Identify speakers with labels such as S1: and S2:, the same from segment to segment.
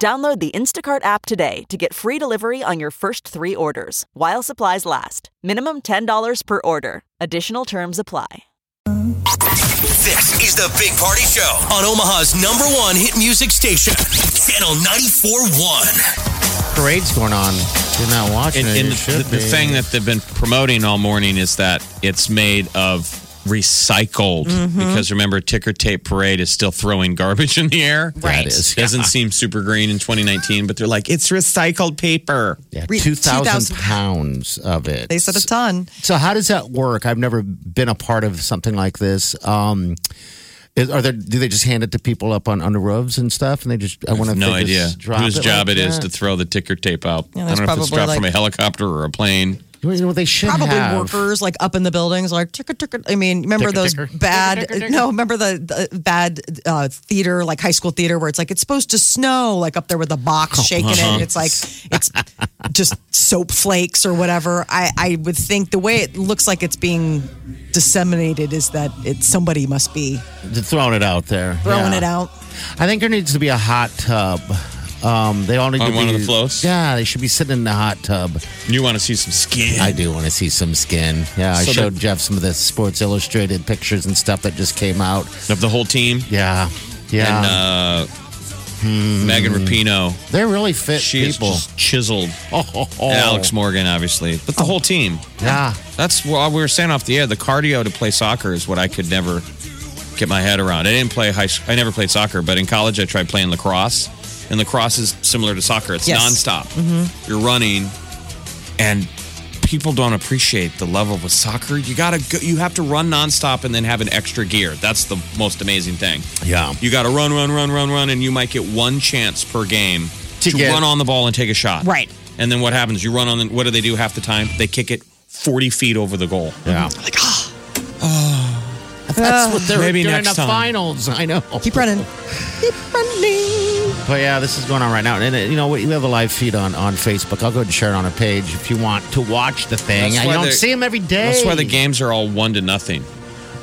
S1: Download the Instacart app today to get free delivery on your first three orders while supplies last. Minimum $10 per order. Additional terms apply.
S2: This is the Big Party Show on Omaha's number one hit music station, Channel 94.1.
S3: parade's going on. You're not watching
S4: And,
S3: it.
S4: and
S3: you
S4: the,
S3: should
S4: the
S3: be.
S4: thing that they've been promoting all morning is that it's made of recycled.
S5: Mm-hmm.
S4: Because remember, Ticker Tape Parade is still throwing garbage in the air.
S3: Right. is, yeah.
S4: Doesn't seem super green in 2019, but they're like, it's recycled paper.
S3: yeah,
S5: Re-
S3: 2,000
S5: 2,000
S3: pounds of it.
S5: They said a ton.
S3: So how does that work? I've never been a part of something like this. Um, is, are there? Do they just hand it to people up on under roofs and stuff? And they just I want to
S4: No idea
S3: Drop
S4: whose
S3: it
S4: job
S3: like
S4: it is
S3: that?
S4: to throw the ticker tape out.
S5: Yeah,
S4: I
S5: there's
S4: don't know if it's
S5: probably
S4: dropped from
S5: like-
S4: a helicopter or a plane.
S3: You know what they should
S5: Probably
S3: have?
S5: workers like up in the buildings, like ticker ticker. I mean, remember
S3: Ticker,
S5: those
S3: ticker.
S5: bad? No, remember the, the bad uh, theater, like high school theater, where it's like it's supposed to snow, like up there with the box
S3: Oh,
S5: shaking
S3: uh-huh.
S5: it. It's like it's just soap flakes or whatever. I I would think the way it looks like it's being disseminated is that it's somebody must be
S3: throwing it out there,
S5: throwing
S3: Yeah.
S5: it out.
S3: I think there needs to be a hot tub. Um, they all need
S4: On
S3: to
S4: one
S3: be,
S4: of the floats?
S3: Yeah, they should be sitting in the hot tub.
S4: You want to see some skin.
S3: I do want to see some skin. Yeah, I
S4: So
S3: showed
S4: the-
S3: Jeff some of the Sports Illustrated pictures and stuff that just came out.
S4: of the whole team.
S3: Yeah, yeah,
S4: And uh, Megan Rapino.
S3: they're really fit
S4: She is
S3: people.
S4: just chiseled.
S3: oh, oh, oh.
S4: And Alex Morgan, obviously. But the whole team.
S3: Yeah,
S4: That's what we were saying off the air. The cardio to play soccer is what I could never get my head around. I didn't play high. I never played soccer, but in college I tried playing lacrosse, and lacrosse is similar to soccer. It's
S5: Yes.
S4: nonstop. You're running, and people don't appreciate the level with soccer. You gotta go, you have to run nonstop and then have an extra gear. That's the most amazing thing.
S3: yeah.
S4: You got to run, run, run, run, run, and you might get one chance per game
S3: To
S4: to,
S3: get-
S4: run on the ball and take a shot.
S5: Right.
S4: And then what happens? You run on. The, what do they do half the time? They kick it forty feet over the goal.
S3: Yeah.
S5: Like ah,
S3: That's what they're
S4: Oh. Ah. Maybe
S3: doing in the
S4: next time.
S3: finals. I know.
S5: keep running, keep running.
S3: But yeah, this is going on right now. And uh, you know, what? you have a live feed on, on Facebook. I'll go ahead and share it on our page if you want to watch the thing.
S4: That's
S3: I
S4: why
S3: don't
S4: they're-
S3: see them every day.
S4: That's why the games are all one to nothing.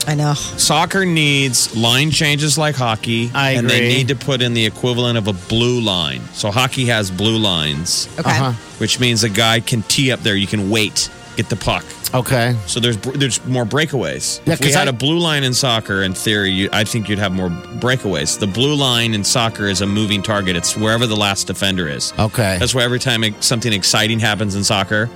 S5: I know.
S4: Soccer needs line changes like hockey,
S3: I
S4: and they
S3: agree.
S4: need to put in the equivalent of a blue line. So hockey has blue lines,
S5: Okay.
S3: Uh-huh.
S4: which means a guy can tee up there. You can wait, get the puck.
S3: Okay.
S4: So there's there's more breakaways.
S3: Yeah,
S4: if we
S3: 'cause
S4: had
S3: I-
S4: a blue line in soccer, in theory, you, I think you'd have more breakaways. The blue line in soccer is a moving target. It's wherever the last defender is.
S3: Okay.
S4: That's why every time something exciting happens in soccer,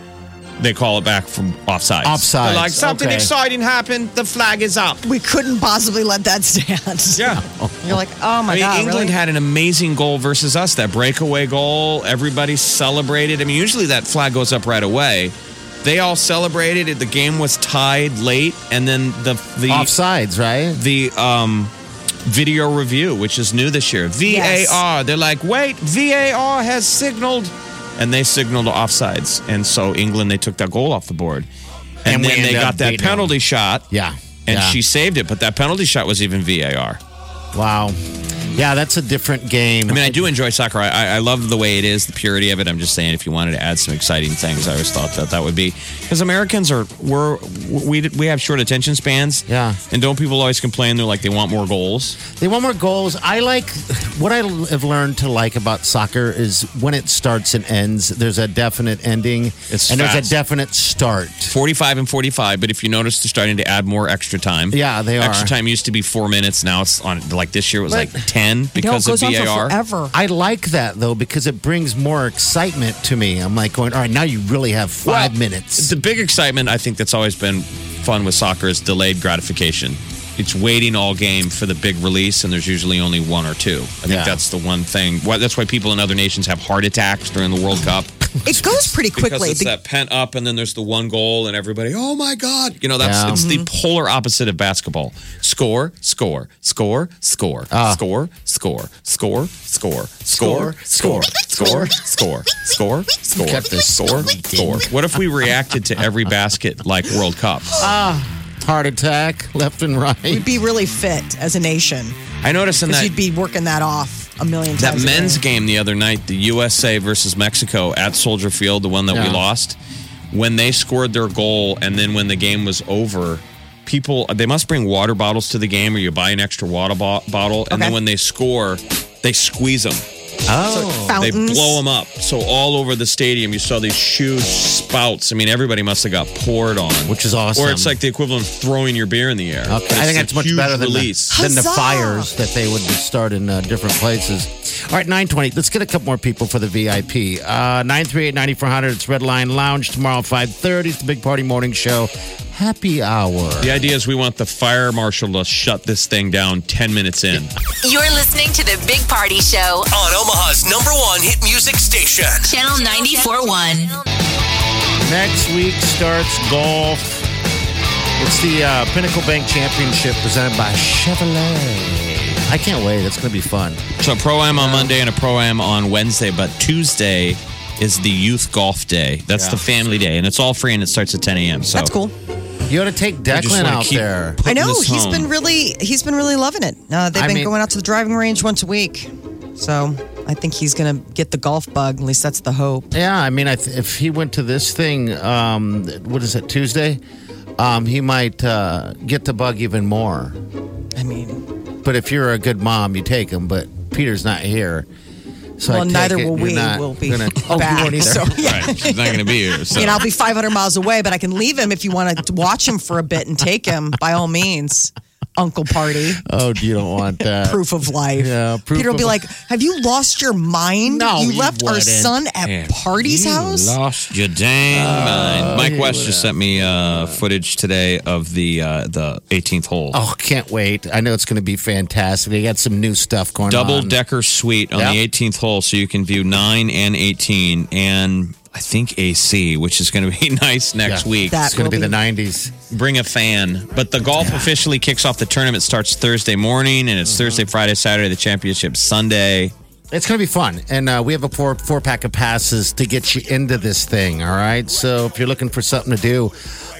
S4: they call it back from offsides.
S3: Offsides,
S4: They're like something
S3: okay.
S4: exciting happened. The flag is up.
S5: We couldn't possibly let that stand.
S4: Yeah.
S5: You're like, oh my
S4: I mean,
S5: god,
S4: England
S5: really?
S4: had an amazing goal versus us. That breakaway goal, everybody celebrated. I mean, usually that flag goes up right away. They all celebrated. it. The game was tied late, and then the the
S3: Offsides, right?
S4: the um, video review, which is new this year.
S5: Yes.
S4: VAR. They're like, wait, VAR has signaled, and they signaled offsides, and so England they took that goal off the board, and,
S3: And we
S4: then they
S3: end up
S4: got that
S3: beating 'em.
S4: penalty shot.
S3: Yeah.
S4: And
S3: yeah.
S4: she saved it, but that penalty shot was even VAR.
S3: Wow. Yeah, that's a different game.
S4: I mean, I do enjoy soccer. I, I, I love the way it is, the purity of it. I'm just saying, if you wanted to add some exciting things, I always thought that that would be because Americans are we're we we have short attention spans.
S3: Yeah.
S4: and don't people always complain? They're like they want more goals.
S3: They want more goals. I like what I l- have learned to like about soccer is when it starts and ends. There's a definite ending,
S4: It's
S3: and there's a
S4: fast.
S3: definite start.
S4: 45 and 45 but if you notice they're starting to add more extra time
S3: Yeah, they are.
S4: extra time used to be four minutes now it's on like this year it was
S3: But-
S4: like 10 because
S5: no,
S4: of
S5: it goes on for
S4: var
S5: forever.
S3: I like that though because it brings more excitement to me. I'm like going, all right, now you really have five
S4: Well,
S3: minutes.
S4: the big excitement i think that's always been fun with soccer is delayed gratification it's waiting all game for the big release and there's usually only one or two i think
S3: Yeah.
S4: that's the one thing why, that's why people in other nations have heart attacks during the world cup
S5: It goes pretty
S4: because
S5: quickly.
S4: it's
S5: The-
S4: that pent up, and then there's the one goal, and everybody, oh my god, you know that's
S3: Yeah.
S4: it's the polar opposite of basketball. Score, score, score, score, score, score, score, score, score, score, score, score, score, score,
S3: Kept this
S4: score, score. What if we reacted to every basket like World Cup?
S3: Heart attack, left and right.
S5: We'd be really fit as a nation
S4: I noticed in
S5: because
S4: that
S5: you'd be working that off a million
S4: that
S5: times. a
S4: men's
S5: day.
S4: game the other night, the USA versus Mexico at Soldier Field, the one that we
S3: Yeah.
S4: lost, when they scored their goal and then when the game was over, people they must bring water bottles to the game or you buy an extra water bo- bottle and then
S5: Okay.
S4: when they score, they squeeze them.
S3: Oh,
S5: Fountains.
S4: They blow them up. So all over the stadium you saw these huge spouts. I mean everybody must have got poured on.
S3: Which is awesome.
S4: Or it's like the equivalent of throwing your beer in the air.
S3: Okay,
S4: But
S3: I think
S4: it's
S3: that's
S4: a
S3: much
S4: huge
S3: better than
S4: release.
S3: the, than the
S5: Huzzah!
S3: fires that they would start in uh, different places. All right, 920. Let's get a couple more people for the VIP. Uh, 938-9400. It's Red Lion Lounge tomorrow, 530. It's the Big Party Morning Show. Happy hour.
S4: The idea is we want the fire marshal to shut this thing down 10 minutes in.
S6: You're listening to the Big Party Show,
S2: On Omaha's number one hit music station.
S6: Channel 94.1.
S3: Next week starts golf. It's the uh, Pinnacle Bank Championship presented by Chevrolet. I can't wait. It's going to be fun.
S4: So pro am on Monday and a pro am on Wednesday, but Tuesday is the youth golf day. That's the family day, and it's all free and it starts at 10 a.m. So
S5: That's cool.
S3: You ought to take
S4: I just
S3: Declan
S4: wanna
S3: out
S4: keep
S3: there.
S5: I
S4: putting
S5: know
S4: this
S5: he's
S4: home.
S5: been really he's been really loving it. Uh, they've
S3: I
S5: been
S3: mean-
S5: going out to the driving range once a week, so I think he's gonna get the golf bug. At least that's the hope.
S3: Yeah, I mean, I th- if he went to this thing, um, what is it, Tuesday? Um, he might uh, get the bug even more.
S5: I mean,
S3: But if you're a good mom, you take him. But Peter's not here, so I
S5: well,
S3: take
S5: neither
S3: it
S5: will
S3: you're
S5: we.
S3: not
S5: We'll be
S3: gonna-
S5: back.
S3: oh, you won't either.
S5: So, yeah.
S4: Right, she's not going to be here. So.
S5: I mean, I'll be 500 miles away, but I can leave him if you want to watch him for a bit and take him by all means. Uncle party,
S3: oh, you don't want that.
S5: proof of life.
S3: Yeah, proof
S5: Peter will be
S3: of-
S5: like, "Have you lost your mind?
S3: No,
S5: you
S3: you
S5: left our
S3: wouldn't.
S5: son at party's house."
S4: Lost your dang mind. Mike West just sent me uh, footage today of the uh, the 18th hole.
S3: Oh, can't wait! I know it's going to be fantastic. They got some new stuff going
S4: double
S3: on.
S4: decker suite on
S3: Yeah.
S4: the 18th hole, so you can view nine and 18, and I think AC, which is going to be nice next
S3: Yeah.
S4: week.
S5: That
S3: It's going to
S5: will
S3: be the
S5: be-
S3: '90s.
S4: Bring a fan. But the golf officially kicks off the tournament starts Thursday morning, and it's
S3: Mm-hmm.
S4: Thursday, Friday, Saturday. The championship Sunday.
S3: It's going to be fun, and uh, we have a four four pack of passes to get you into this thing. All right, so if you're looking for something to do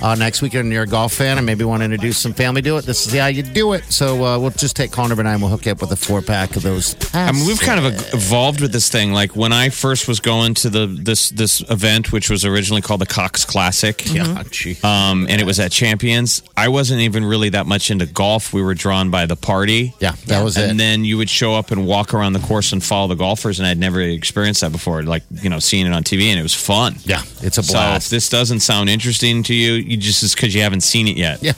S3: uh, next weekend, and you're a golf fan, and maybe want to introduce some family to it, this is how you do it. So uh, we'll just take Connor and I, and we'll hook you up with a four pack of those.
S4: I
S3: Passes.
S4: mean, we've kind of evolved with this thing. Like when I first was going to the this this event, which was originally called the Cox Classic.
S3: Mm-hmm. yeah, gee.
S4: Um, and it was at Champions. I wasn't even really that much into golf. We were drawn by the party.
S3: yeah, that was it.
S4: and then you would show up and walk around the course and follow the golfers and i'd never experienced that before like you know seeing it on tv and it was fun
S3: yeah, it's a
S4: so if
S3: blast.
S4: this doesn't sound interesting to you you just it's because you haven't seen it yet
S3: yeah,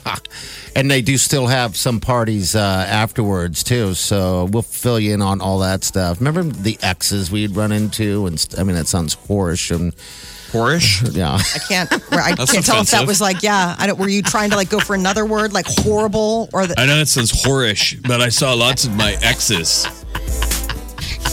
S3: and they do still have some parties uh, afterwards too. So we'll fill you in on all that stuff. Remember the exes we'd run into, and st- I mean that sounds horish, and
S4: horish
S3: yeah.
S5: I can't. I can't
S4: That's
S5: tell if
S4: offensive.
S5: that was like, yeah. I don't, were you trying to like go for another word, like horrible, or the,
S4: i know it says horish but i saw lots of my exes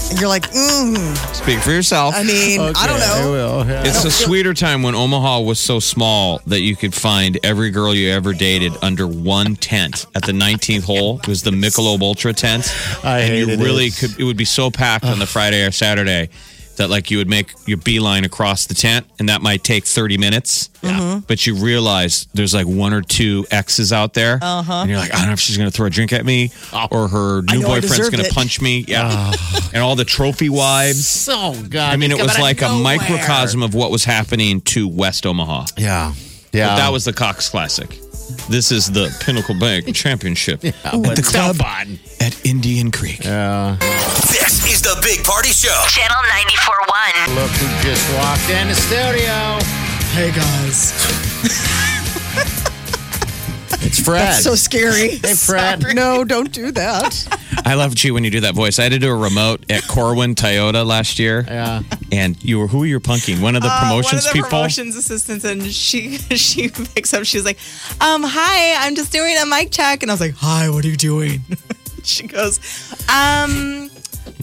S5: and you're like, mm,
S4: speak for yourself
S5: I mean, I don't know.
S3: will. yeah.
S4: it's a sweeter time when Omaha was so small that you could find every girl you ever dated under one tent at the 19th hole. It was the Michelob Ultra tent.
S3: I
S4: and you
S3: hated
S4: really
S3: it.
S4: could. It would be so packed on the Friday or Saturday that like you would make your beeline across the tent, and that might take 30 minutes.
S5: Mm-hmm.
S4: But you realize there's like one or two exes out there, uh-huh. and you're like, I don't know if she's going to throw a drink at me
S3: Oh.
S4: or her new
S5: know I
S4: boyfriend's
S5: deserved
S4: going to
S5: it.
S4: punch me. Yeah, and all the trophy wives.
S3: So god.
S4: I mean, it was like a microcosm of what was happening to West Omaha.
S3: Yeah, yeah.
S4: But that was the Cox Classic. This is the Pinnacle Bank Championship
S3: with the club on.
S4: at Indian Creek.
S2: This is the Big Party Show.
S6: Channel 94.1.
S3: Look who just walked in the studio.
S5: Hey guys,
S3: It's Fred.
S5: that's so scary.
S3: hey, Fred.
S5: No, don't do that.
S4: I loved you when you do that voice. I had to do a remote at Corwin Toyota last year.
S3: Yeah.
S4: And you were who were you punking? One of the
S7: Uh,
S4: promotions
S7: one of the
S4: people.
S7: promotions assistants, and she she picks up. She's like, um, "Hi, I'm just doing a mic check," and I was like, "Hi, what are you doing?" she goes, "Um,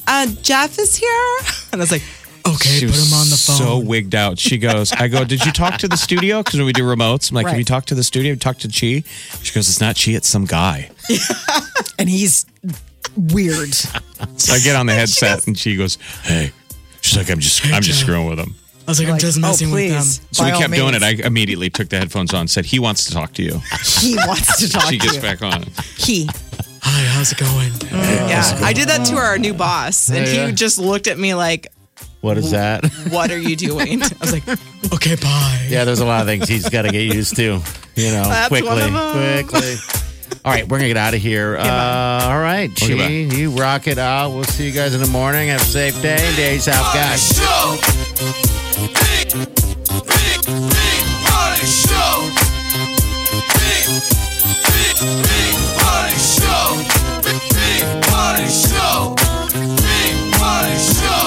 S7: uh, Jeff is here," and I was like,
S5: okay,
S4: she
S5: put
S4: was
S5: him on the phone.
S4: So wigged out. She goes, I go, did you talk to the studio? Because when we do remotes, I'm like, have
S5: Right.
S4: you talked to the studio? Have you talked to Chi? She goes, it's not Chi, it's some guy.
S5: and he's weird.
S4: So I get on the headset and she goes, hey. She's like, I'm just, I'm just screwing with him.
S8: I was like, I'm just
S5: oh,
S8: messing with them.
S5: please.
S4: So we
S5: by all
S4: kept doing it.
S5: means.
S4: I immediately took the headphones on. Said he wants to talk to you.
S5: he wants to talk
S4: She
S5: to
S4: gets
S5: you.
S4: back on.
S5: He.
S8: Hi, how's it going?
S7: Yeah, I did that to our new boss, and
S3: Yeah, yeah.
S7: he just looked at me like,
S3: What is that?
S7: "What are you doing?" I was like,
S8: Okay, bye.
S3: Yeah, there's a lot of things he's got to get used to, you know,
S7: That's
S3: quickly.
S7: one of 'em.
S3: Quickly. All right, we're going to get out of here. Uh, all right,
S4: Okay, bye.
S3: Gene, you rock it out. We'll see you guys in the morning. Have a safe day. Days out, guys.
S2: Show. Big, big, big party show. Big, big, big party show. Big, big party show. Big party show.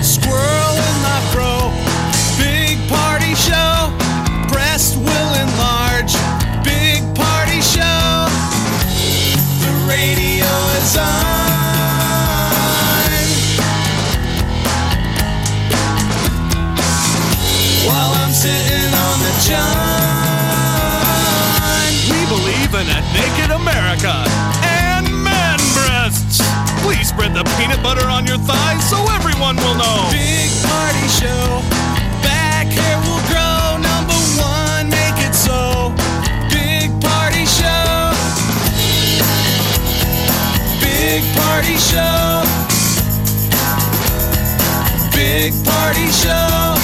S2: Squirrel in my bro. Big party show. Breast will enlarge. Big party show. The radio is on. While I'm sitting on the john. We believe in a naked America and man breasts. Please spread the peanut butter on your thighs so everyone will know. Big party show. Back hair will grow. Number one, make it so. Big party show. Big party show. Big party show.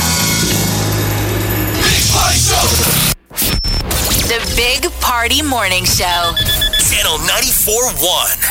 S2: Big party show.
S6: The Big Party Morning Show.
S2: Channel 94 1.